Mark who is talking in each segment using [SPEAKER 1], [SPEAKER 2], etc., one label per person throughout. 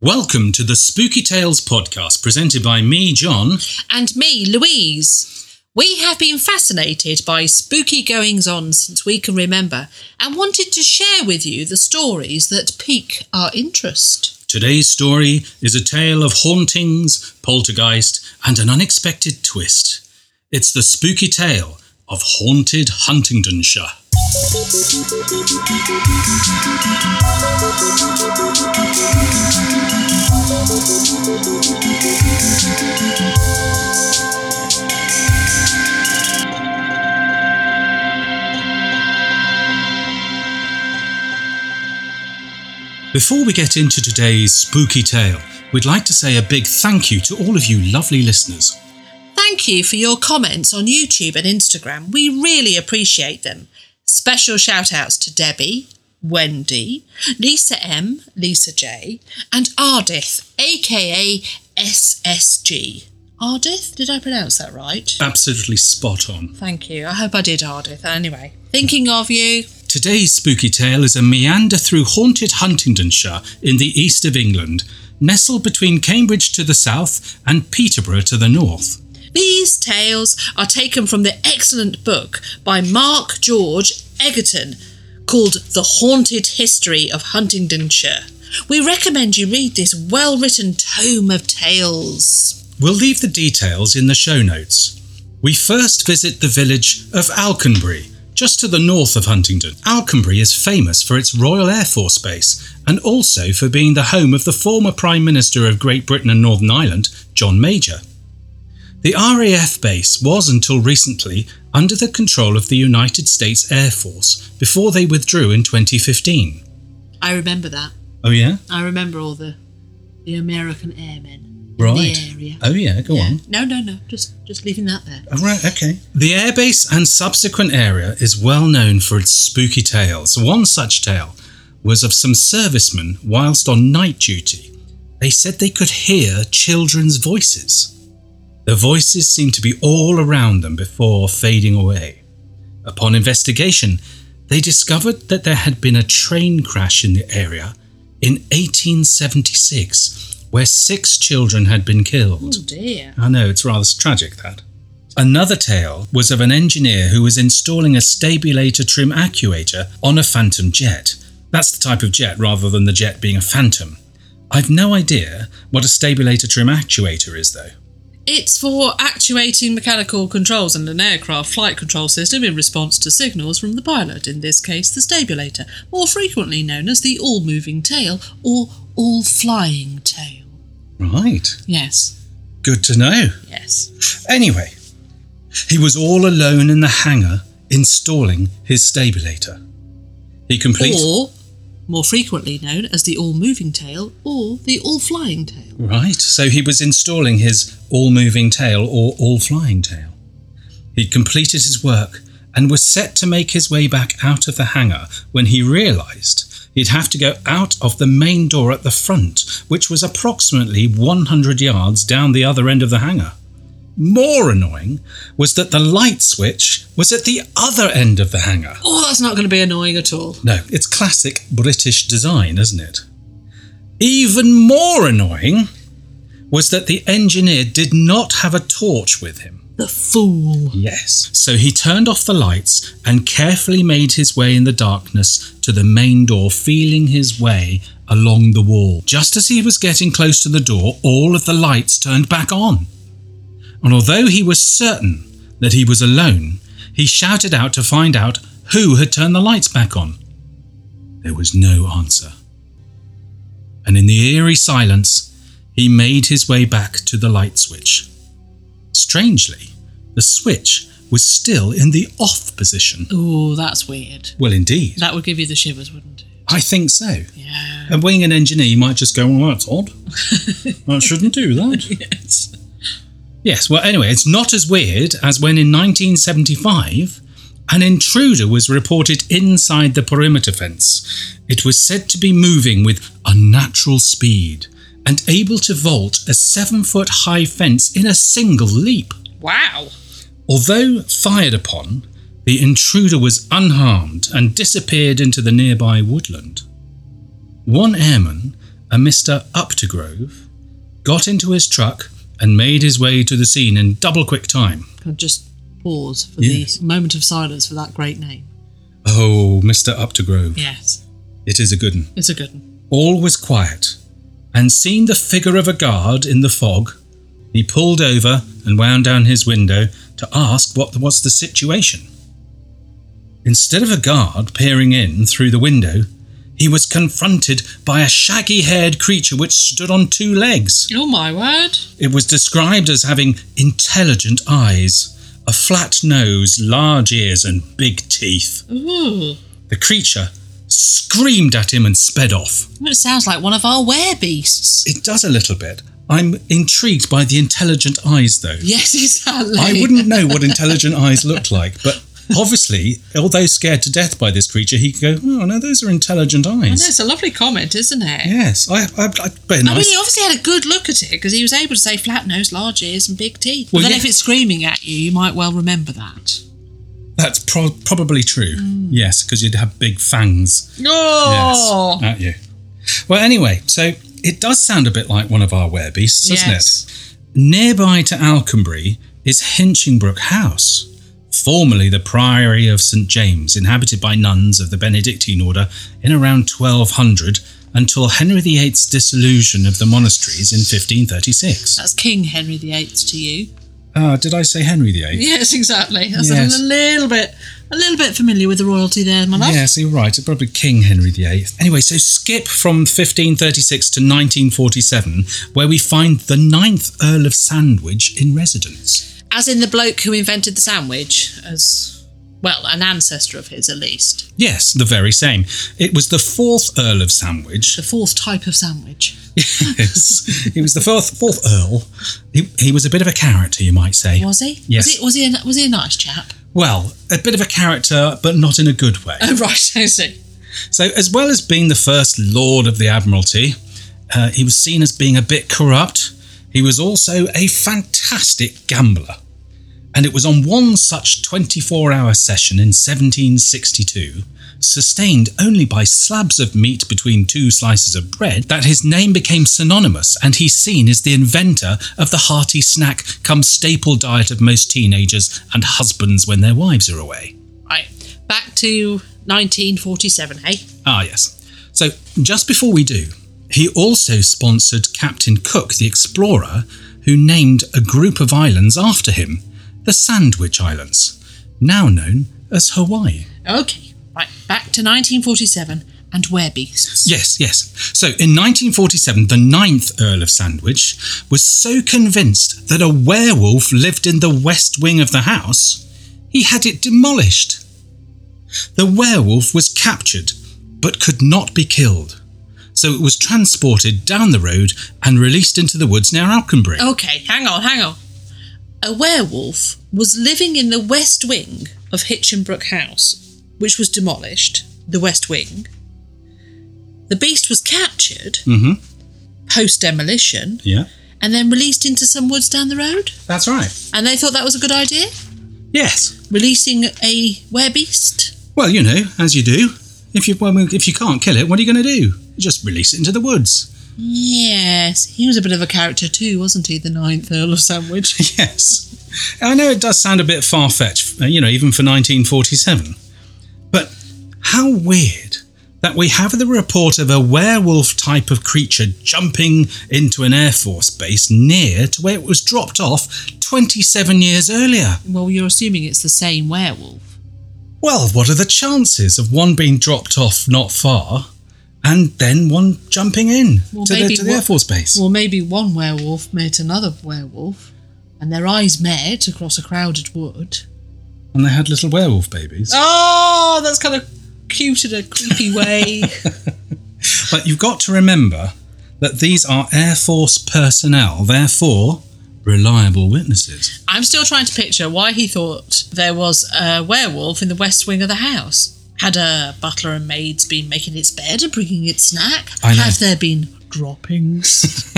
[SPEAKER 1] Welcome to the Spooky Tales podcast, presented by me, John.
[SPEAKER 2] And me, Louise. We have been fascinated by spooky goings on since we can remember and wanted to share with you the stories that pique our interest.
[SPEAKER 1] Today's story is a tale of hauntings, poltergeist, and an unexpected twist. It's the spooky tale of haunted Huntingdonshire. Before we get into today's spooky tale, we'd like to say a big thank you to all of you lovely listeners.
[SPEAKER 2] Thank you for your comments on YouTube and Instagram. We really appreciate them. Special shout outs to Debbie, Wendy, Lisa M, Lisa J, and Ardith, aka SSG. Ardith, did I pronounce that right?
[SPEAKER 1] Absolutely spot on.
[SPEAKER 2] Thank you. I hope I did, Ardith. Anyway, thinking of you.
[SPEAKER 1] Today's spooky tale is a meander through haunted Huntingdonshire in the east of England, nestled between Cambridge to the south and Peterborough to the north.
[SPEAKER 2] These tales are taken from the excellent book by Mark George Egerton called The Haunted History of Huntingdonshire. We recommend you read this well written tome of tales.
[SPEAKER 1] We'll leave the details in the show notes. We first visit the village of Alconbury, just to the north of Huntingdon. Alconbury is famous for its Royal Air Force Base and also for being the home of the former Prime Minister of Great Britain and Northern Ireland, John Major. The RAF base was until recently under the control of the United States Air Force before they withdrew in 2015.
[SPEAKER 2] I remember that.
[SPEAKER 1] Oh, yeah?
[SPEAKER 2] I remember all the the American airmen.
[SPEAKER 1] Right.
[SPEAKER 2] The area.
[SPEAKER 1] Oh, yeah, go on.
[SPEAKER 2] No, no, no. Just just leaving that there.
[SPEAKER 1] All Oh, right, okay. The airbase and subsequent area is well known for its spooky tales. One such tale was of some servicemen whilst on night duty. They said they could hear children's voices. The voices seemed to be all around them before fading away. Upon investigation, they discovered that there had been a train crash in the area in 1876 where six children had been killed.
[SPEAKER 2] Oh dear.
[SPEAKER 1] I know, it's rather tragic that. Another tale was of an engineer who was installing a stabulator trim actuator on a phantom jet. That's the type of jet rather than the jet being a phantom. I've no idea what a stabulator trim actuator is though.
[SPEAKER 2] It's for actuating mechanical controls in an aircraft flight control system in response to signals from the pilot, in this case the stabulator, more frequently known as the all moving tail or all flying tail.
[SPEAKER 1] Right.
[SPEAKER 2] Yes,
[SPEAKER 1] Good to know.
[SPEAKER 2] yes.
[SPEAKER 1] Anyway, he was all alone in the hangar installing his stabulator. He completed.
[SPEAKER 2] Or more frequently known as the all moving tail or the all flying tail.
[SPEAKER 1] Right. So he was installing his all moving tail or all flying tail. He'd completed his work and was set to make his way back out of the hangar when he realised he'd have to go out of the main door at the front, which was approximately 100 yards down the other end of the hangar. More annoying was that the light switch was at the other end of the hangar.
[SPEAKER 2] Oh, that's not going to be annoying at all.
[SPEAKER 1] No, it's classic British design, isn't it? Even more annoying was that the engineer did not have a torch with him.
[SPEAKER 2] The fool.
[SPEAKER 1] Yes. So he turned off the lights and carefully made his way in the darkness to the main door, feeling his way along the wall. Just as he was getting close to the door, all of the lights turned back on. And although he was certain that he was alone, he shouted out to find out who had turned the lights back on. There was no answer. And in the eerie silence, he made his way back to the light switch. Strangely, the switch was still in the off position.
[SPEAKER 2] Oh, that's weird.
[SPEAKER 1] Well, indeed.
[SPEAKER 2] That would give you the shivers, wouldn't it?
[SPEAKER 1] I think so.
[SPEAKER 2] Yeah.
[SPEAKER 1] And being an engineer, you might just go, well, that's odd. I shouldn't do that.
[SPEAKER 2] yes.
[SPEAKER 1] Yes, well, anyway, it's not as weird as when in 1975 an intruder was reported inside the perimeter fence. It was said to be moving with unnatural speed and able to vault a seven foot high fence in a single leap.
[SPEAKER 2] Wow.
[SPEAKER 1] Although fired upon, the intruder was unharmed and disappeared into the nearby woodland. One airman a Mr. Uptergrove, got into his truck and made his way to the scene in double quick time.
[SPEAKER 2] Can I just pause for
[SPEAKER 1] Yes.
[SPEAKER 2] the moment of silence for that great name?
[SPEAKER 1] Oh, Mr. Uptergrove,
[SPEAKER 2] Yes,
[SPEAKER 1] it is a good one.
[SPEAKER 2] it's a good one.
[SPEAKER 1] All was quiet, and seeing the figure of a guard in the fog, he pulled over and wound down his window to ask what was the situation. Instead of a guard peering in through the window, he was confronted by a shaggy haired creature which stood on two legs.
[SPEAKER 2] Oh my word!
[SPEAKER 1] It was described as having intelligent eyes, a flat nose, large ears, and big teeth.
[SPEAKER 2] Ooh,
[SPEAKER 1] The creature screamed at him and sped off.
[SPEAKER 3] It sounds like one of our werbeasts.
[SPEAKER 1] It does a little bit. I'm intrigued by the intelligent eyes, though.
[SPEAKER 2] yes, exactly.
[SPEAKER 1] I wouldn't know what intelligent eyes looked like, but obviously, although scared to death by this creature, he could go, "Oh no, those are intelligent
[SPEAKER 2] No,
[SPEAKER 1] eyes."
[SPEAKER 2] it's a lovely comment, isn't it?
[SPEAKER 1] Yes, I, I, I very
[SPEAKER 2] I
[SPEAKER 1] nice.
[SPEAKER 2] mean, he obviously had a good look at it because he was able to say flat nose, large ears, and big teeth. But
[SPEAKER 1] Well,
[SPEAKER 2] then,
[SPEAKER 1] yeah.
[SPEAKER 2] if it's screaming at you, you might well remember that.
[SPEAKER 1] That's pro- probably true. Yes, because you'd have big fangs
[SPEAKER 2] Oh,
[SPEAKER 1] yes, Uh, at you. Well, anyway, so it does sound a bit like one of our werbeasts, doesn't it? Nearby to Alconbury is Hinchingbrook House, formerly the Priory of St James, inhabited by nuns of the Benedictine order in around 1200 until Henry VIII's dissolution of the monasteries in 1536.
[SPEAKER 2] That's King Henry VIII to you.
[SPEAKER 1] Ah, did I say Henry VIII?
[SPEAKER 2] Yes, exactly. That's
[SPEAKER 1] Yes.
[SPEAKER 2] a little bit, a little bit familiar with the royalty there, my love.
[SPEAKER 1] Yes, you're right. It's probably King Henry VIII. Anyway, so skip from 1536 to 1947, where we find the ninth Earl of Sandwich in residence.
[SPEAKER 3] As in the bloke who invented the sandwich, as well, an ancestor of his at least.
[SPEAKER 1] Yes, the very same. It was the fourth Earl of Sandwich
[SPEAKER 2] The fourth type of sandwich.
[SPEAKER 1] Yes. he was the fourth fourth Earl. He, he was a bit of a character, you might say.
[SPEAKER 2] Was he?
[SPEAKER 1] Yes.
[SPEAKER 2] Was he, was he, a, was he a nice chap?
[SPEAKER 1] Well, a bit of a character, but not in a good way.
[SPEAKER 2] Oh, right, I see.
[SPEAKER 1] So, as well as being the first Lord of the Admiralty, uh, he was seen as being a bit corrupt. He was also a fantastic gambler. And it was on one such 24 hour session in 1762, sustained only by slabs of meat between two slices of bread, that his name became synonymous and he's seen as the inventor of the hearty snack come staple diet of most teenagers and husbands when their wives are away.
[SPEAKER 3] Right, back to 1947, hey?
[SPEAKER 1] Ah, yes. So just before we do, he also sponsored Captain Cook, the explorer, who named a group of islands after him the Sandwich Islands, now known as Hawaii.
[SPEAKER 3] Okay, right, back to 1947 and werbeasts.
[SPEAKER 1] Yes, yes. So in 1947, the ninth Earl of Sandwich was so convinced that a werewolf lived in the west wing of the house, he had it demolished. The werewolf was captured, but could not be killed. So it was transported down the road and released into the woods near Alconbury.
[SPEAKER 2] Oh.
[SPEAKER 3] Okay, hang on, hang on. A werewolf was living in the west wing of Hitchinbrook House, which was demolished, the west wing. The beast was captured
[SPEAKER 1] Mhm.
[SPEAKER 3] post demolition
[SPEAKER 1] Yeah,
[SPEAKER 3] and then released into some woods down the road.
[SPEAKER 1] that's right.
[SPEAKER 3] And they thought that was a good idea,
[SPEAKER 1] Yes.
[SPEAKER 3] releasing a werbeast.
[SPEAKER 1] Well, you know, as you do. If you well, if you can't kill it, what are you going to do? Just release it into the woods.
[SPEAKER 3] Yes,
[SPEAKER 2] He was a bit of a character too, wasn't he? The ninth Earl of Sandwich.
[SPEAKER 1] yes. I know it does sound a bit far fetched, you know, even for 1947. But how weird that we have the report of a werewolf type of creature jumping into an Air Force base near to where it was dropped off 27 years earlier.
[SPEAKER 2] Well, you're assuming it's the same werewolf.
[SPEAKER 1] Well, what are the chances of one being dropped off not far and then one jumping in
[SPEAKER 2] Well,
[SPEAKER 1] to, the,
[SPEAKER 2] maybe
[SPEAKER 1] to the
[SPEAKER 2] what-
[SPEAKER 1] Air Force base?
[SPEAKER 2] Well, maybe one werewolf met another werewolf, and their eyes met across a crowded wood.
[SPEAKER 1] and they had little werewolf babies.
[SPEAKER 2] Oh, that's kind of cute in a creepy way.
[SPEAKER 1] But you've got to remember that these are Air Force personnel, therefore reliable witnesses.
[SPEAKER 3] I'm still trying to picture why he thought there was a werewolf in the west wing of the house. Had a butler and maids been making its bed and bringing its snack?
[SPEAKER 1] I know.
[SPEAKER 3] Have there been droppings?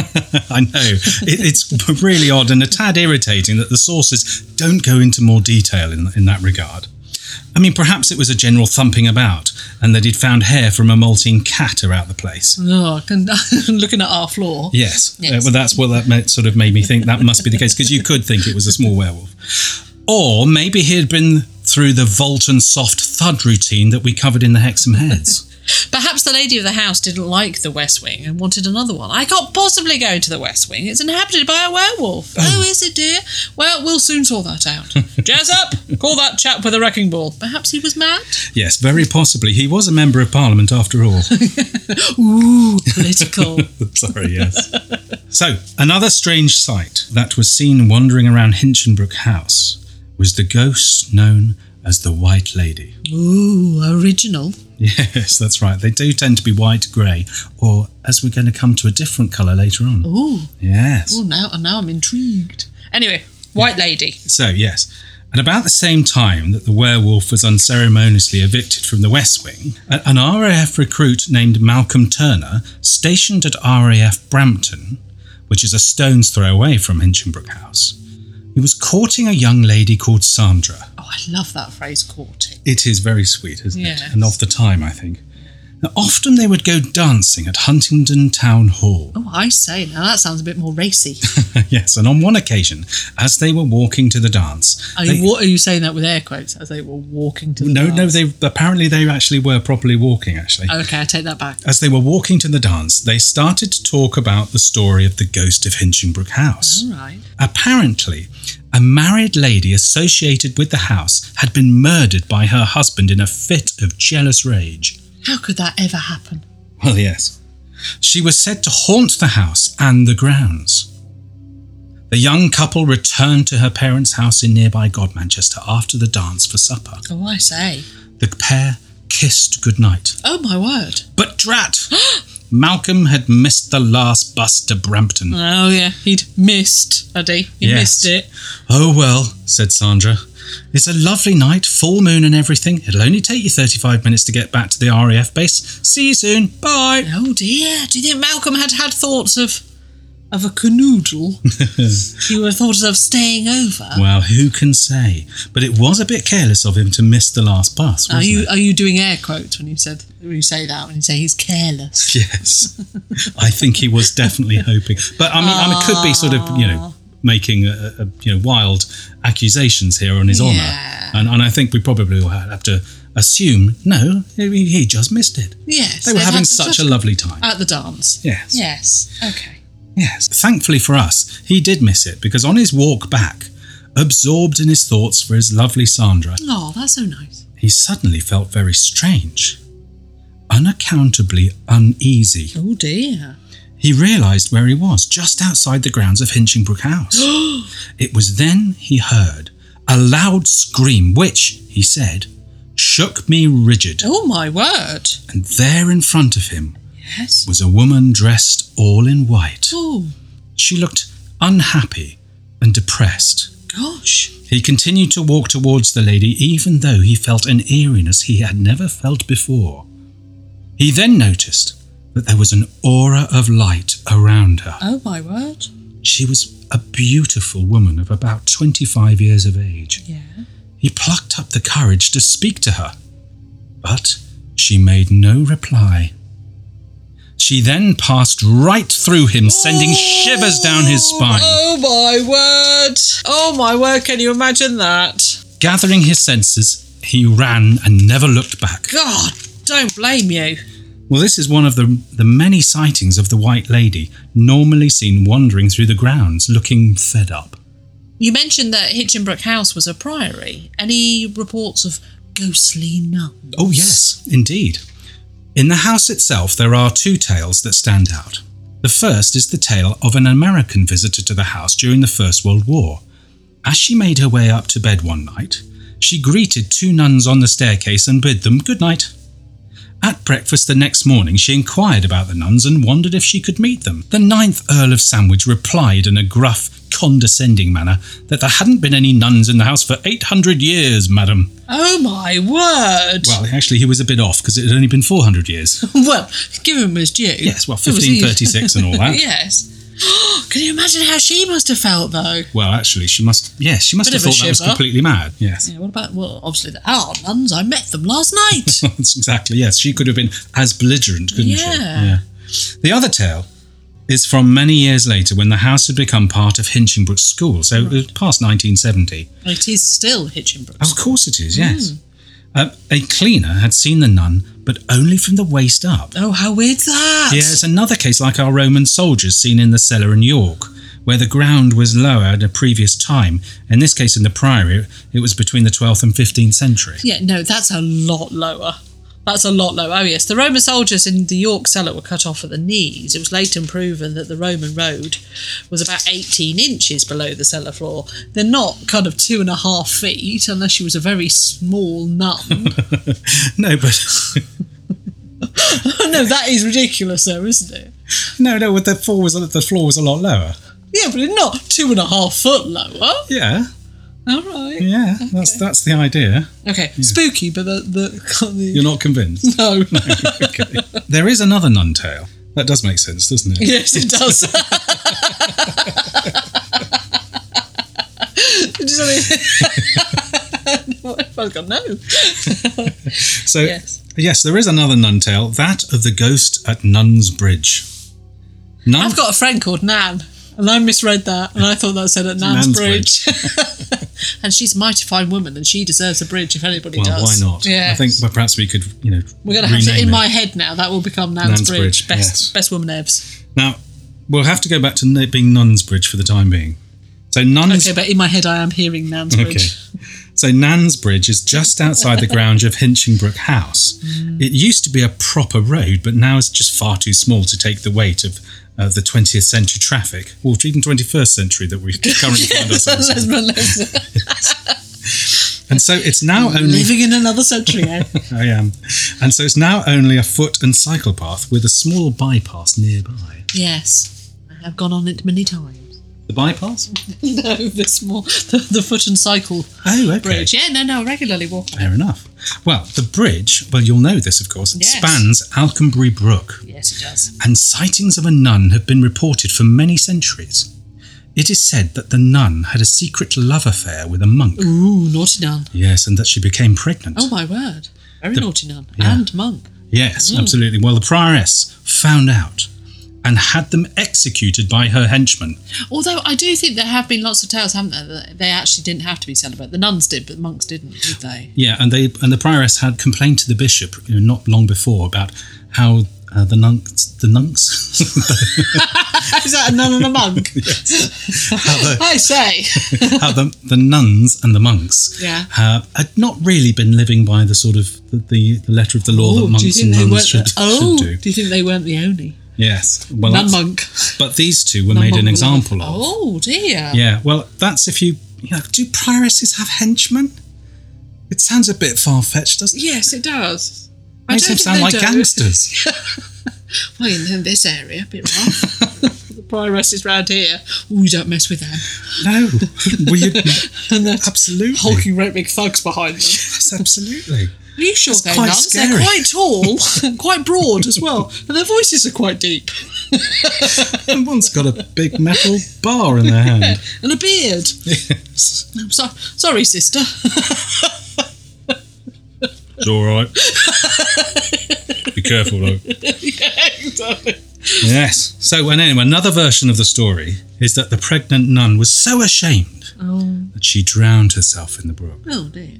[SPEAKER 1] I know it, it's really odd and a tad irritating that the sources don't go into more detail in, in that regard. I mean, perhaps it was a general thumping about, and that he'd found hair from a molting cat about the place.
[SPEAKER 2] Oh, I can, looking at our floor.
[SPEAKER 1] Yes. Uh,
[SPEAKER 2] Yes.
[SPEAKER 1] well, that's what that meant, sort of made me think that must be the case because you could think it was a small werewolf. Or maybe he had been through the vault and soft thud routine that we covered in the Hexham Heads.
[SPEAKER 3] Perhaps the lady of the house didn't like the West Wing and wanted another one. I can't possibly go to the West Wing. It's inhabited by a werewolf. Oh, is it, dear? Well, we'll soon sort that out. Jazz up! Call that chap with a wrecking ball. Perhaps he was mad?
[SPEAKER 1] yes, very possibly. He was a member of parliament after all.
[SPEAKER 2] Ooh, political.
[SPEAKER 1] Sorry, yes. so, another strange sight that was seen wandering around Hinchinbrook House was the ghost known as the White Lady.
[SPEAKER 2] Ooh, original.
[SPEAKER 1] Yes, that's right. They do tend to be white grey, or as we're going to come to a different colour later on.
[SPEAKER 2] Ooh,
[SPEAKER 1] Yes.
[SPEAKER 2] Oh. ooh now, now I'm intrigued.
[SPEAKER 3] Anyway, White Lady.
[SPEAKER 1] So, yes. At about the same time that the werewolf was unceremoniously evicted from the West Wing, a- an RAF recruit named Malcolm Turner, stationed at RAF Brampton, which is a stone's throw away from Hinchinbrook House, he was courting a young lady called Sandra.
[SPEAKER 2] Oh, I love that phrase, courting.
[SPEAKER 1] It is very sweet, isn't
[SPEAKER 2] Yes.
[SPEAKER 1] it? And of the time, I think. Now, often they would go dancing at Huntingdon Town Hall.
[SPEAKER 2] Oh, I say, now that sounds a bit more racy.
[SPEAKER 1] yes, and on one occasion, as they were walking to the dance,
[SPEAKER 2] Are,
[SPEAKER 1] they-
[SPEAKER 2] Oh, you, wa- are you saying that with air quotes as they were walking to the
[SPEAKER 1] no, no,
[SPEAKER 2] dance? Uh,
[SPEAKER 1] they apparently they actually were properly walking. Actually,
[SPEAKER 2] Okay, I take that back.
[SPEAKER 1] as they were walking to the dance, they started to talk about the story of the ghost of Hinchinbrook House.
[SPEAKER 2] All right.
[SPEAKER 1] Apparently, a married lady associated with the house had been murdered by her husband in a fit of jealous rage.
[SPEAKER 2] How could that ever happen?
[SPEAKER 1] Well, yes. She was said to haunt the house and the grounds. The young couple returned to her parents' house in nearby Godmanchester after the dance for supper.
[SPEAKER 2] Oh, I say.
[SPEAKER 1] The pair kissed goodnight.
[SPEAKER 2] Oh, my word.
[SPEAKER 1] But drat! Malcolm had missed the last bus to Brampton.
[SPEAKER 2] Oh, yeah, he'd missed, had he? He
[SPEAKER 1] Yes.
[SPEAKER 2] missed it.
[SPEAKER 1] Oh well, said Sandra. It's a lovely night, full moon and everything. It'll only take you 35 minutes to get back to the RAF base. See you soon. Bye.
[SPEAKER 2] Oh, dear. Do you think Malcolm had had thoughts of of a canoodle? he were thoughts of staying over?
[SPEAKER 1] Well, who can say? But it was a bit careless of him to miss the last bus,
[SPEAKER 2] Are
[SPEAKER 1] wasn't
[SPEAKER 2] you
[SPEAKER 1] it?
[SPEAKER 2] are you doing air quotes when you said when you say that when you say he's careless?
[SPEAKER 1] Yes. I think he was definitely hoping. But I mean, I mean, it could be sort of, you know, making a, a, you know wild accusations here on his
[SPEAKER 2] Yeah.
[SPEAKER 1] honour. And, and I think we probably will have to assume, no, I mean, he just missed it.
[SPEAKER 2] Yes,
[SPEAKER 1] They were
[SPEAKER 2] they've
[SPEAKER 1] having
[SPEAKER 2] had
[SPEAKER 1] such a lovely time.
[SPEAKER 2] at the dance.
[SPEAKER 1] Yes.
[SPEAKER 2] Yes. Okay.
[SPEAKER 1] Yes. Thankfully for us, he did miss it because on his walk back, absorbed in his thoughts for his lovely Sandra,
[SPEAKER 2] Oh, that's so nice.
[SPEAKER 1] he suddenly felt very strange, unaccountably uneasy.
[SPEAKER 2] Oh dear.
[SPEAKER 1] He realised where he was, just outside the grounds of Hinchinbrook House. it was then he heard a loud scream, which, he said, shook me rigid.
[SPEAKER 2] Oh my word.
[SPEAKER 1] And there in front of him
[SPEAKER 2] Yes.
[SPEAKER 1] was a woman dressed all in white.
[SPEAKER 2] Oh
[SPEAKER 1] She looked unhappy and depressed.
[SPEAKER 2] gosh.
[SPEAKER 1] He continued to walk towards the lady, even though he felt an eeriness he had never felt before. He then noticed that there was an aura of light around her.
[SPEAKER 2] Oh my word.
[SPEAKER 1] She was a beautiful woman of about 25 years of age.
[SPEAKER 2] Yeah.
[SPEAKER 1] He plucked up the courage to speak to her, but she made no reply. She then passed right through him, sending shivers down his spine.
[SPEAKER 2] Oh my word. Oh my word. Can you imagine that?
[SPEAKER 1] Gathering his senses, he ran and never looked back.
[SPEAKER 2] God, don't blame you.
[SPEAKER 1] Well, this is one of the, the many sightings of the White Lady, normally seen wandering through the grounds looking fed up.
[SPEAKER 3] You mentioned that Hitchinbrook House was a priory. Any reports of ghostly nuns?
[SPEAKER 1] Oh, yes, indeed. In the house itself, there are two tales that stand out. The first is the tale of an American visitor to the house during the First World War. As she made her way up to bed one night, she greeted two nuns on the staircase and bid them good night. At breakfast the next morning, she inquired about the nuns and wondered if she could meet them. The ninth Earl of Sandwich replied in a gruff, condescending manner that there hadn't been any nuns in the house for 800 years, madam.
[SPEAKER 2] Oh my word.
[SPEAKER 1] Well, actually, he was a bit off because it had only been 400 years.
[SPEAKER 2] Well, give him his due.
[SPEAKER 1] Yes, well,
[SPEAKER 2] It was easy.
[SPEAKER 1] 1536 and all that.
[SPEAKER 2] yes. Can you imagine how she must have felt though?
[SPEAKER 1] Well, actually, she must. Yes, she must
[SPEAKER 2] Bit
[SPEAKER 1] have
[SPEAKER 2] of a
[SPEAKER 1] thought that was
[SPEAKER 2] shiver.
[SPEAKER 1] completely mad. Yes,
[SPEAKER 2] Yeah, what about well, obviously the oh nuns, I met them last night.
[SPEAKER 1] That's exactly. Yes, she could have been as belligerent, couldn't she?
[SPEAKER 2] Yeah.
[SPEAKER 1] The other tale is from many years later, when the house had become part of Hinchinbrook School. So it was past 1970.
[SPEAKER 2] it is still Hitchinbrook.
[SPEAKER 1] Of course, it is.
[SPEAKER 2] Mm.
[SPEAKER 1] Yes. Uh, a cleaner had seen the nun, but only from the waist up.
[SPEAKER 2] Oh, how weird's that?
[SPEAKER 1] Yeah, it's another case like our Roman soldiers seen in the cellar in York, where the ground was lower at a previous time. In this case, in the Priory, it was between the 12th and 15th century.
[SPEAKER 2] Yeah, no, that's a lot lower. That's a lot lower. Oh, yes. The Roman soldiers in the York cellar were cut off at the knees. It was later proven that the Roman road was about 18 inches below the cellar floor. They're not kind of two and a half feet, unless she was a very small nun.
[SPEAKER 1] No, but
[SPEAKER 2] no, that is ridiculous, though, isn't it?
[SPEAKER 1] no, no. The floor was the floor was a lot lower.
[SPEAKER 2] Yeah, but not two and a half foot lower.
[SPEAKER 1] Yeah,
[SPEAKER 2] All right.
[SPEAKER 1] yeah. That's that's the idea.
[SPEAKER 2] Okay, spooky, but the. the, Oh.
[SPEAKER 1] You're not convinced.
[SPEAKER 2] no.
[SPEAKER 1] okay. There is another nun tale. That does make sense, doesn't it?
[SPEAKER 2] Yes, it does. Just like- I've got no.
[SPEAKER 1] So
[SPEAKER 2] Yes.
[SPEAKER 1] yes, there is another nun tale. That of the ghost at Nun's Bridge. Nun-
[SPEAKER 2] I've got a friend called Nan, and I misread that, and I thought that said at Nan's,
[SPEAKER 1] Nan's
[SPEAKER 2] Bridge. and she's a mighty fine woman, and she deserves a bridge if anybody
[SPEAKER 1] Well,
[SPEAKER 2] does.
[SPEAKER 1] why not?
[SPEAKER 2] Yeah,
[SPEAKER 1] I think well, perhaps we could, you know,
[SPEAKER 2] we're going to have to.
[SPEAKER 1] rename
[SPEAKER 2] In my head now, that will become Nan's,
[SPEAKER 1] Nan's
[SPEAKER 2] bridge.
[SPEAKER 1] Bridge,
[SPEAKER 2] Best,
[SPEAKER 1] yes.
[SPEAKER 2] best woman evs.
[SPEAKER 1] Now, we'll have to go back to n- being Nun's Bridge for the time being. So Nun's
[SPEAKER 2] Okay, but in my head, I am hearing Nan's
[SPEAKER 1] Okay.
[SPEAKER 2] bridge.
[SPEAKER 1] So Nan's Bridge is just outside the grounds of Hinchinbrook House.
[SPEAKER 2] Mm.
[SPEAKER 1] It used to be a proper road, but now it's just far too small to take the weight of uh, the 20th century traffic, or even 21st century that we currently find ourselves in.
[SPEAKER 2] Let's- let's-
[SPEAKER 1] And so it's now only
[SPEAKER 2] Living in another century. eh?
[SPEAKER 1] I am, and so it's now only a foot and cycle path with a small bypass nearby.
[SPEAKER 2] yes, I have gone on it many times.
[SPEAKER 1] The bypass?
[SPEAKER 2] No, the small, the, the foot and cycle
[SPEAKER 1] Oh, okay.
[SPEAKER 2] bridge. Yeah, no, no, regularly walk.
[SPEAKER 1] Fair enough. Well, the bridge, well, you'll know this, of course,
[SPEAKER 2] Yes.
[SPEAKER 1] spans Alconbury Brook,
[SPEAKER 2] Yes, it does.
[SPEAKER 1] and sightings of a nun have been reported for many centuries. It is said that the nun had a secret love affair with a monk.
[SPEAKER 2] Ooh, naughty nun.
[SPEAKER 1] Yes, and that she became pregnant.
[SPEAKER 2] Oh my word, very naughty nun
[SPEAKER 1] yeah.
[SPEAKER 2] and monk.
[SPEAKER 1] Yes,
[SPEAKER 2] Mm.
[SPEAKER 1] absolutely. Well, the prioress found out and had them executed by her henchmen.
[SPEAKER 2] Although I do think there have been lots of tales, haven't there? That they actually didn't have to be celebrated. The nuns did, but the monks didn't, did they?
[SPEAKER 1] Yeah, and they and the prioress had complained to the bishop you know, not long before about how uh, the nunks, the nunks,
[SPEAKER 2] Is that a nun and a monk? I say.
[SPEAKER 1] how the, the nuns and the monks
[SPEAKER 2] Yeah.
[SPEAKER 1] uh, had not really been living by the sort of the, the, the letter of the law that
[SPEAKER 2] Oh, do you
[SPEAKER 1] monks
[SPEAKER 2] think
[SPEAKER 1] and
[SPEAKER 2] they
[SPEAKER 1] nuns
[SPEAKER 2] weren't?
[SPEAKER 1] should,
[SPEAKER 2] the- oh,
[SPEAKER 1] should do.
[SPEAKER 2] do you think they weren't the only
[SPEAKER 1] Yes, well,
[SPEAKER 2] nun
[SPEAKER 1] that's-
[SPEAKER 2] monk?
[SPEAKER 1] but these two were made an example of.
[SPEAKER 2] Oh dear.
[SPEAKER 1] Yeah, well, that's if you, you know, do prioresses have henchmen? It sounds a bit far fetched, doesn't it?
[SPEAKER 2] Yes, it does. I
[SPEAKER 1] Makes
[SPEAKER 2] don't
[SPEAKER 1] them
[SPEAKER 2] think
[SPEAKER 1] sound
[SPEAKER 2] they
[SPEAKER 1] like
[SPEAKER 2] do.
[SPEAKER 1] gangsters.
[SPEAKER 2] Well, in, in this area, a bit rough. the prioress is round here. Ooh, don't mess with them.
[SPEAKER 1] no, well, you,
[SPEAKER 2] And they're
[SPEAKER 1] absolutely,
[SPEAKER 2] hulking great big thugs behind them.
[SPEAKER 1] yes, absolutely.
[SPEAKER 2] Are you sure they're
[SPEAKER 1] quite
[SPEAKER 2] nuns? They're
[SPEAKER 1] scary.
[SPEAKER 2] quite tall, and quite broad as well, and their voices are quite deep.
[SPEAKER 1] And one's got a big metal bar in their hand.
[SPEAKER 2] And a beard.
[SPEAKER 1] Yes.
[SPEAKER 2] I'm so- sorry, sister.
[SPEAKER 1] It's all right. Be careful, though. Yes. So, well, anyway, another version of the story is that the pregnant nun was so ashamed
[SPEAKER 2] Oh,
[SPEAKER 1] that she drowned herself in the brook.
[SPEAKER 2] oh dear.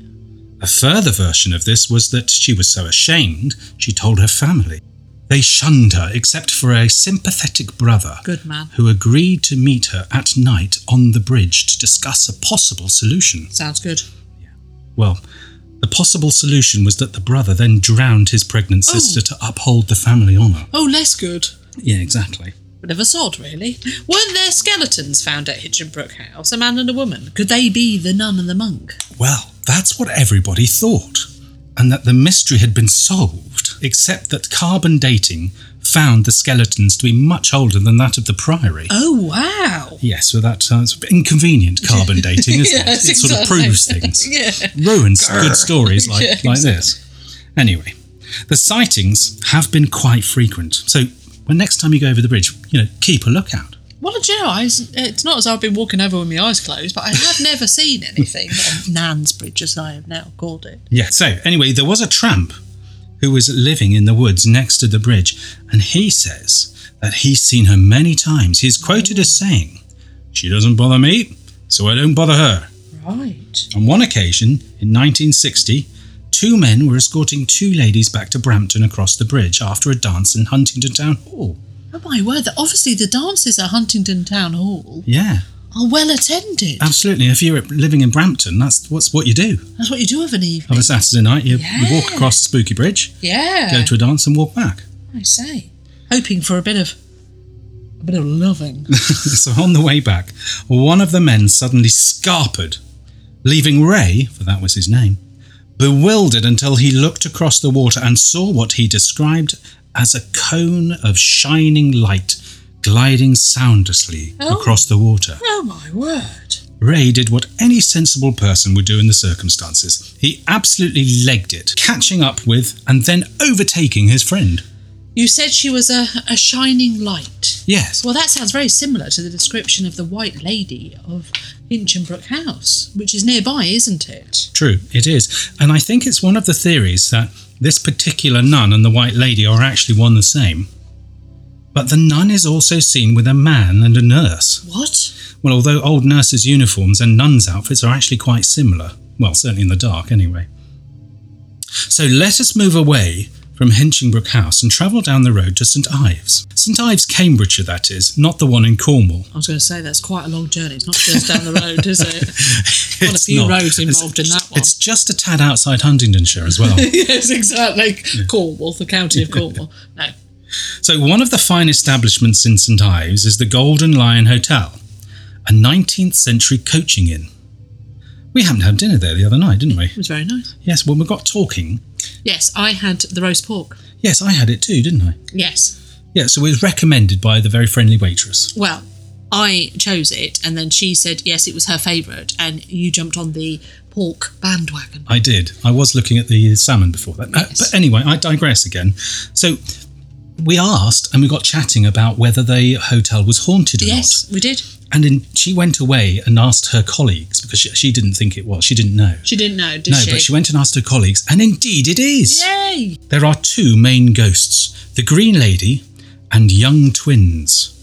[SPEAKER 1] A further version of this was that she was so ashamed she told her family. They shunned her except for a sympathetic brother
[SPEAKER 2] Good man.
[SPEAKER 1] who agreed to meet her at night on the bridge to discuss a possible solution.
[SPEAKER 2] Sounds good.
[SPEAKER 1] Well, the possible solution was that the brother then drowned his pregnant sister to uphold the family honour.
[SPEAKER 2] Oh, less good.
[SPEAKER 1] Yeah, exactly.
[SPEAKER 2] Bit of a sod, really. Weren't there skeletons found at Hitchinbrook House? A man and a woman. Could they be the nun and the monk?
[SPEAKER 1] Well, that's what everybody thought, and that the mystery had been solved, except that carbon dating found the skeletons to be much older than that of the priory.
[SPEAKER 2] Oh wow.
[SPEAKER 1] Yes, so that sounds a bit inconvenient carbon dating, isn't
[SPEAKER 2] Yes,
[SPEAKER 1] it? It sort of
[SPEAKER 2] exactly.
[SPEAKER 1] proves things,
[SPEAKER 2] Yeah.
[SPEAKER 1] ruins good stories like,
[SPEAKER 2] Yeah,
[SPEAKER 1] like this. Anyway, the sightings have been quite frequent. So when next time you go over the bridge, you know, keep a lookout.
[SPEAKER 2] Well, do you know, I, it's not as I've been walking over with my eyes closed, but I have never seen anything on Nan's Bridge, as I have now called it.
[SPEAKER 1] Yeah, so anyway, there was a tramp who was living in the woods next to the bridge, and he says that he's seen her many times. He's quoted as saying, She doesn't bother me, so I don't bother her.
[SPEAKER 2] Right.
[SPEAKER 1] On one occasion, in 1960, two men were escorting two ladies back to Brampton across the bridge after a dance in Huntington Town Hall.
[SPEAKER 2] Oh my word! that- Obviously, the dances at Huntington Town Hall
[SPEAKER 1] Yeah,
[SPEAKER 2] are well attended.
[SPEAKER 1] absolutely. If you're living in Brampton, that's what's what you do.
[SPEAKER 2] That's what you do of an evening.
[SPEAKER 1] On a Saturday night, you, you walk
[SPEAKER 2] Yeah.
[SPEAKER 1] across Spooky Bridge,
[SPEAKER 2] yeah.
[SPEAKER 1] go to a dance, and walk back.
[SPEAKER 2] I say, hoping for a bit of a bit of loving.
[SPEAKER 1] so on the way back, one of the men suddenly scarpered, leaving Ray, for that was his name, bewildered until he looked across the water and saw what he described as a cone of shining light gliding soundlessly
[SPEAKER 2] Oh.
[SPEAKER 1] across the water.
[SPEAKER 2] oh my word!
[SPEAKER 1] Ray did what any sensible person would do in the circumstances. He absolutely legged it, catching up with and then overtaking his friend.
[SPEAKER 2] You said she was a, a shining light.
[SPEAKER 1] Yes.
[SPEAKER 2] Well, that sounds very similar to the description of the White Lady of Hinchinbrook House, which is nearby, isn't it?
[SPEAKER 1] True, it is. And I think it's one of the theories that this particular nun and the White Lady are actually one the same. But the nun is also seen with a man and a nurse.
[SPEAKER 2] What?
[SPEAKER 1] Well, although old nurses' uniforms and nuns' outfits are actually quite similar. Well, certainly in the dark, anyway. So let us move away from Hinchinbrook House and travel down the road to St Ives. St Ives, Cambridgeshire, that is, not the one in Cornwall.
[SPEAKER 2] I was going to say that's quite a long journey. It's not just down the road, is it? Quite a
[SPEAKER 1] It's
[SPEAKER 2] few
[SPEAKER 1] not.
[SPEAKER 2] roads involved in that one.
[SPEAKER 1] It's just a tad outside Huntingdonshire as well.
[SPEAKER 2] yes, exactly. Cornwall, the county of Cornwall. No.
[SPEAKER 1] So, one of the fine establishments in St Ives is the Golden Lion Hotel, a 19th century coaching inn. We happened to have dinner there the other night, didn't we?
[SPEAKER 2] It was very nice.
[SPEAKER 1] Yes, when we got talking.
[SPEAKER 2] Yes, I had the roast pork.
[SPEAKER 1] Yes, I had it too, didn't I?
[SPEAKER 2] Yes.
[SPEAKER 1] Yeah, so it was recommended by the very friendly waitress.
[SPEAKER 2] Well, I chose it, and then she said yes, it was her favourite, and you jumped on the pork bandwagon.
[SPEAKER 1] I did. I was looking at the salmon before that. Uh,
[SPEAKER 2] Yes.
[SPEAKER 1] but anyway, I digress again. So, we asked and we got chatting about whether the hotel was haunted or
[SPEAKER 2] Yes, we did.
[SPEAKER 1] not. And in, she went away and asked her colleagues because she, she didn't think it was. She didn't know.
[SPEAKER 2] She didn't know, did
[SPEAKER 1] No, but she went and asked her colleagues, and indeed it is.
[SPEAKER 2] Yay!
[SPEAKER 1] There are two main ghosts the Green Lady and young twins.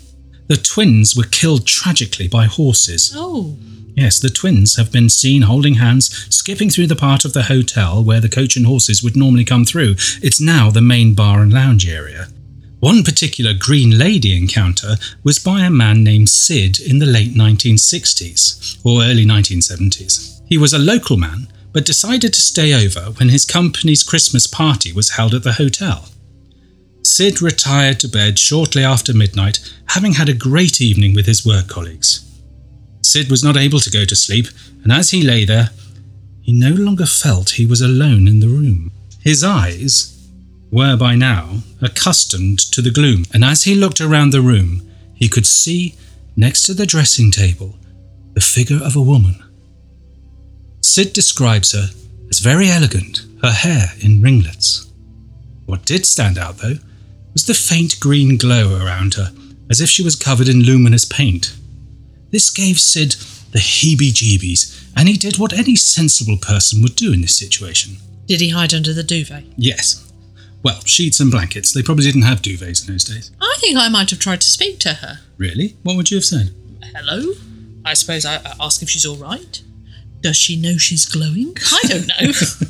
[SPEAKER 1] The twins were killed tragically by horses.
[SPEAKER 2] Oh,
[SPEAKER 1] Yes, the twins have been seen holding hands, skipping through the part of the hotel where the coach and horses would normally come through. It's now the main bar and lounge area. One particular Green Lady encounter was by a man named Sid in the late 1960s or early 1970s. He was a local man, but decided to stay over when his company's Christmas party was held at the hotel. Sid retired to bed shortly after midnight, having had a great evening with his work colleagues. Sid was not able to go to sleep, and as he lay there, he no longer felt he was alone in the room. His eyes were by now accustomed to the gloom, and as he looked around the room, he could see, next to the dressing table, the figure of a woman. Sid describes her as very elegant, her hair in ringlets. What did stand out, though, was the faint green glow around her, as if she was covered in luminous paint. This gave Sid the heebie jeebies, and he did what any sensible person would do in this situation.
[SPEAKER 2] did he hide under the duvet?
[SPEAKER 1] Yes. Well, sheets and blankets. They probably didn't have duvets in those days.
[SPEAKER 2] I think I might have tried to speak to her.
[SPEAKER 1] Really? What would you have said?
[SPEAKER 2] Hello. I suppose I, I ask if she's all right. Does she know she's glowing? I don't know.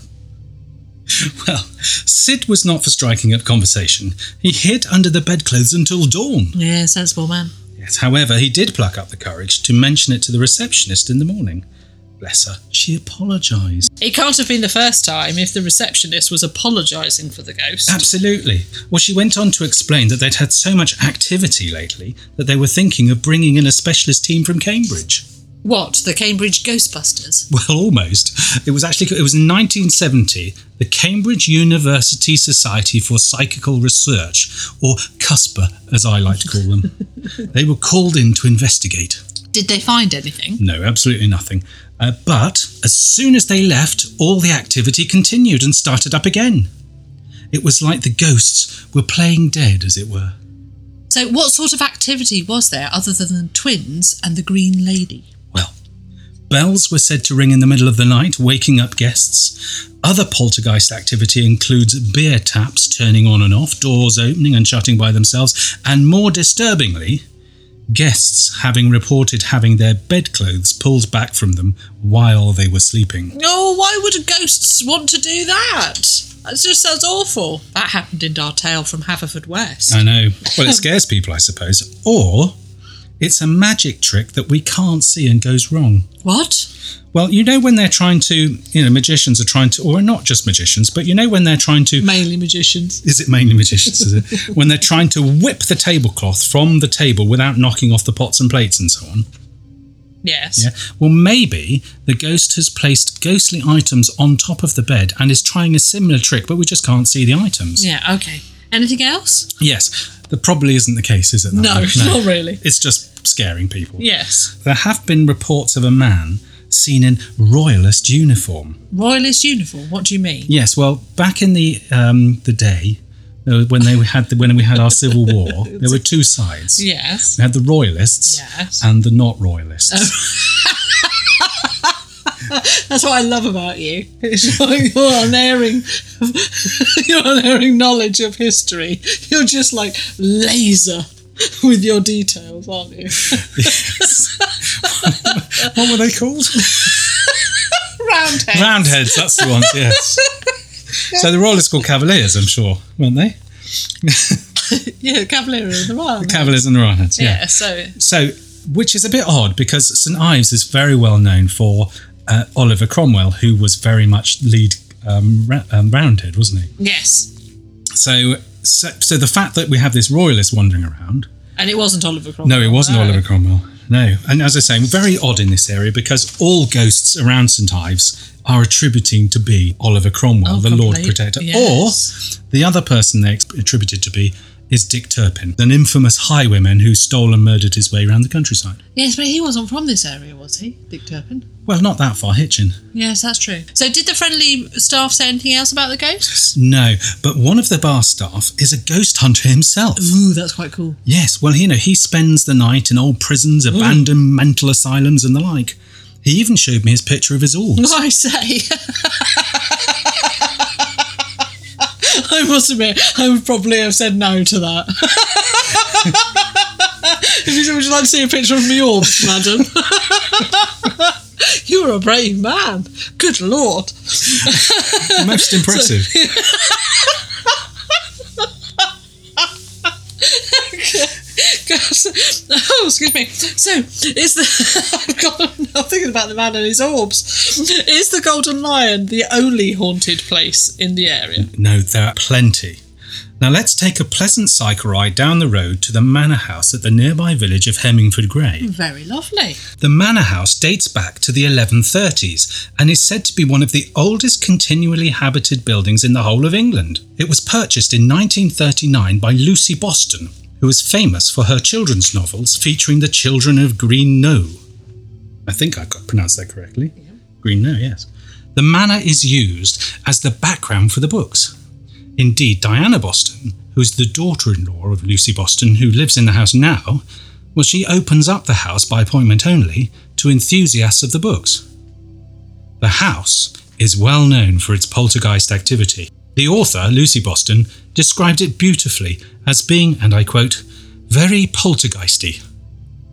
[SPEAKER 1] Well, Sid was not for striking up conversation. He hid under the bedclothes until dawn.
[SPEAKER 2] yeah, sensible man.
[SPEAKER 1] Yes, however, he did pluck up the courage to mention it to the receptionist in the morning. Bless her. She apologised.
[SPEAKER 2] It can't have been the first time if the receptionist was apologising for the ghost.
[SPEAKER 1] Absolutely. Well, she went on to explain that they'd had so much activity lately that they were thinking of bringing in a specialist team from Cambridge.
[SPEAKER 2] What? The Cambridge Ghostbusters?
[SPEAKER 1] Well, almost. It was actually it was in 1970. The Cambridge University Society for Psychical Research, or CUSPA, as I like to call them, they were called in to investigate.
[SPEAKER 2] Did they find anything?
[SPEAKER 1] No, absolutely nothing. Uh, but as soon as they left, all the activity continued and started up again. It was like the ghosts were playing dead, as it were.
[SPEAKER 2] So
[SPEAKER 3] So, what sort of activity was there other than the twins and the Green Lady?
[SPEAKER 1] Well, bells were said to ring in the middle of the night, waking up guests. Other poltergeist activity includes beer taps turning on and off, doors opening and shutting by themselves, and more disturbingly, guests having reported having their bedclothes pulled back from them while they were sleeping.
[SPEAKER 2] Oh, why would ghosts want to do that? That just sounds awful. That happened in Dartale from Haverfordwest.
[SPEAKER 1] I know. Well, it scares people, I suppose. Or it's a magic trick that we can't see and goes wrong.
[SPEAKER 2] What?
[SPEAKER 1] Well, you know when they're trying to, you know, magicians are trying to, or not just magicians, but you know when they're trying to.
[SPEAKER 2] Mainly magicians.
[SPEAKER 1] is it mainly magicians? Is it? When they're trying to whip the tablecloth from the table without knocking off the pots and plates and so on.
[SPEAKER 2] Yes.
[SPEAKER 1] Yeah. Well, maybe the ghost has placed ghostly items on top of the bed and is trying a similar trick, but we just can't see the items.
[SPEAKER 2] Yeah, okay. Anything else?
[SPEAKER 1] Yes. That probably isn't the case, is it? that
[SPEAKER 2] No,
[SPEAKER 1] one?
[SPEAKER 2] not really.
[SPEAKER 1] It's just scaring people.
[SPEAKER 2] Yes.
[SPEAKER 1] There have been reports of a man seen in royalist uniform.
[SPEAKER 2] Royalist uniform, what do you mean?
[SPEAKER 1] Yes, well, back in the um, the day uh, when they had the, when we had our civil war, there were two sides.
[SPEAKER 2] Yes.
[SPEAKER 1] We had the royalists
[SPEAKER 2] Yes.
[SPEAKER 1] and the not royalists.
[SPEAKER 2] That's what I love about you. It's like your unerring, your unerring knowledge of history. You're just like laser with your details, aren't you?
[SPEAKER 1] what were they called?
[SPEAKER 2] Roundhead.
[SPEAKER 1] Roundheads. That's the ones. Yes. So the royalists were called cavaliers, I'm sure, weren't they?
[SPEAKER 2] Yeah, Cavalier in the round.
[SPEAKER 1] Cavaliers and the roundheads.
[SPEAKER 2] yeah, so
[SPEAKER 1] So, which is a bit odd because St Ives is very well known for uh, Oliver Cromwell, who was very much lead um, ra- um, roundhead, wasn't he?
[SPEAKER 2] yes,
[SPEAKER 1] So, so, so the fact that we have this royalist wandering around
[SPEAKER 2] and it wasn't Oliver Cromwell.
[SPEAKER 1] No, it wasn't
[SPEAKER 2] no.
[SPEAKER 1] Oliver Cromwell. No. And as I say, I'm very odd in this area because all ghosts around St. Ives are attributing to be Oliver Cromwell,
[SPEAKER 2] Oh,
[SPEAKER 1] the Lord
[SPEAKER 2] complete-
[SPEAKER 1] Protector.
[SPEAKER 2] yes.
[SPEAKER 1] Or the other person they ex- attributed to be is Dick Turpin, an infamous highwayman who stole and murdered his way around the countryside.
[SPEAKER 2] Yes, but he wasn't from this area, was he, Dick Turpin?
[SPEAKER 1] Well, not that far hitching.
[SPEAKER 2] Yes, that's true. So, did the friendly staff say anything else about the ghosts?
[SPEAKER 1] No, but one of the bar staff is a ghost hunter himself.
[SPEAKER 2] Ooh, that's quite cool.
[SPEAKER 1] Yes, well, you know, he spends the night in old prisons,
[SPEAKER 2] Mm.
[SPEAKER 1] abandoned mental asylums, and the like. He even showed me his picture of his orbs.
[SPEAKER 2] I say. I must admit, I would probably have said no to that. if you said, would you like to see a picture of me orbs, madam? You're a brave man. Good lord.
[SPEAKER 1] Most impressive.
[SPEAKER 2] Gosh. Oh, excuse me. So, is the. God, I'm now thinking about the man and his orbs. Is the Golden Lion the only haunted place in the area?
[SPEAKER 1] No, there are plenty. Now let's take a pleasant cycle ride down the road to the manor house at the nearby village of Hemmingford Grey.
[SPEAKER 2] Very lovely.
[SPEAKER 1] The manor house dates back to the 1130s and is said to be one of the oldest continually habited buildings in the whole of England. It was purchased in 1939 by Lucy Boston, who is famous for her children's novels featuring the children of Green Know. I think I got pronounced that correctly. Green Know, yes. The manor is used as the background for the books. Indeed, Diana Boston, who is the daughter in law of Lucy Boston, who lives in the house now, well, she opens up the house by appointment only to enthusiasts of the books. The house is well known for its poltergeist activity. The author, Lucy Boston, described it beautifully as being, and I quote, very poltergeisty,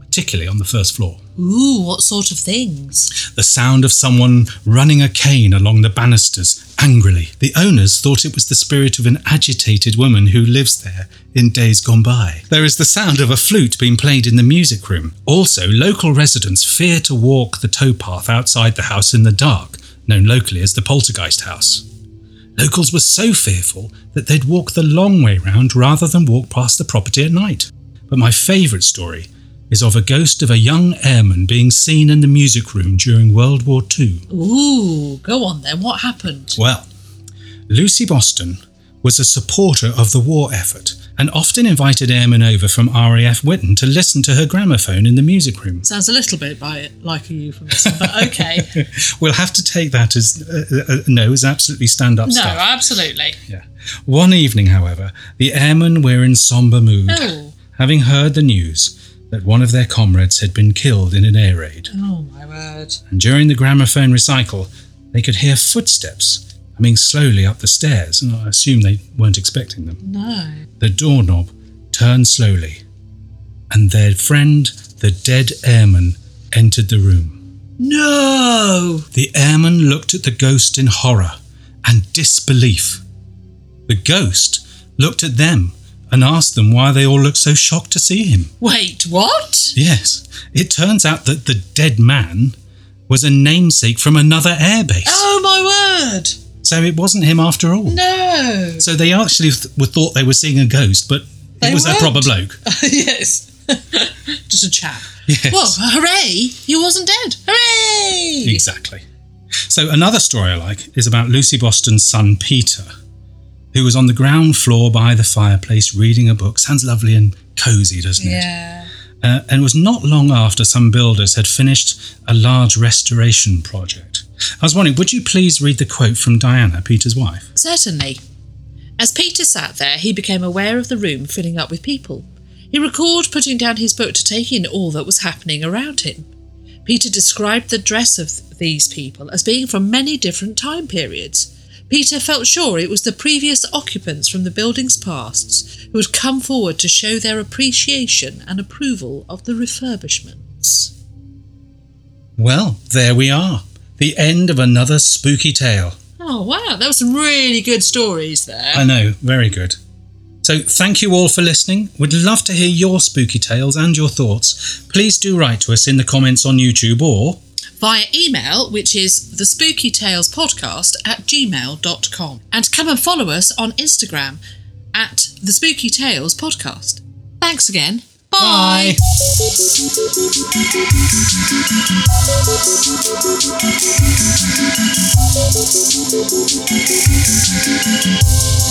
[SPEAKER 1] particularly on the first floor.
[SPEAKER 3] Ooh, what sort of things?
[SPEAKER 1] The sound of someone running a cane along the banisters angrily. The owners thought it was the spirit of an agitated woman who lives there in days gone by. There is the sound of a flute being played in the music room. Also, local residents fear to walk the towpath outside the house in the dark, known locally as the Poltergeist House. Locals were so fearful that they'd walk the long way round rather than walk past the property at night. But my favourite story is of a ghost of a young airman being seen in the music room during World War II.
[SPEAKER 2] Ooh, go on then. What happened?
[SPEAKER 1] Well, Lucy Boston was a supporter of the war effort and often invited airmen over from RAF Witten to listen to her gramophone in the music room.
[SPEAKER 2] Sounds a little bit by it, like a euphemism, but okay.
[SPEAKER 1] We'll have to take that as uh, uh, no, as absolutely stand up
[SPEAKER 2] no,
[SPEAKER 1] stuff.
[SPEAKER 2] absolutely.
[SPEAKER 1] Yeah. One evening, however, the airmen were in somber mood.
[SPEAKER 2] Oh.
[SPEAKER 1] having heard the news that one of their comrades had been killed in an air raid.
[SPEAKER 4] Oh my word.
[SPEAKER 1] And during the gramophone recycle, they could hear footsteps coming slowly up the stairs, and I assume they weren't expecting them.
[SPEAKER 4] No.
[SPEAKER 1] The doorknob turned slowly, and their friend, the dead airman, entered the room.
[SPEAKER 4] No!
[SPEAKER 1] The airman looked at the ghost in horror and disbelief. The ghost looked at them and asked them why they all looked so shocked to see him.
[SPEAKER 4] Wait, what?
[SPEAKER 1] Yes, it turns out that the dead man was a namesake from another airbase,
[SPEAKER 4] Oh my word!
[SPEAKER 1] so it wasn't him after all.
[SPEAKER 4] No!
[SPEAKER 1] So they actually th- were thought they were seeing a ghost, but
[SPEAKER 4] They
[SPEAKER 1] it was a
[SPEAKER 4] weren't.
[SPEAKER 1] proper bloke.
[SPEAKER 4] yes. Just a chap.
[SPEAKER 1] Yes.
[SPEAKER 2] Well, hooray! He wasn't dead. Hooray!
[SPEAKER 1] Exactly. So another story I like is about Lucy Boston's son Peter, who was on the ground floor by the fireplace reading a book. Sounds lovely and cozy, doesn't it?
[SPEAKER 4] Yeah.
[SPEAKER 1] Uh, and it was not long after some builders had finished a large restoration project. I was wondering, would you please read the quote from Diana, Peter's wife?
[SPEAKER 2] Certainly. As Peter sat there, he became aware of the room filling up with people. He recalled putting down his book to take in all that was happening around him. Peter described the dress of these people as being from many different time periods. Peter felt sure it was the previous occupants from the building's pasts who had come forward to show their appreciation and approval of the refurbishments.
[SPEAKER 1] Well, there we are. The end of another spooky tale.
[SPEAKER 2] Oh, wow, that was some really good stories there.
[SPEAKER 1] I know, very good. So, thank you all for listening. We'd love to hear your spooky tales and your thoughts. Please do write to us in the comments on YouTube or
[SPEAKER 2] via email, which is the spooky tales podcast at gmail.com. And come and follow us on Instagram at the spooky tales podcast. Thanks again.
[SPEAKER 1] bye.
[SPEAKER 2] Bye.
[SPEAKER 5] Thank you.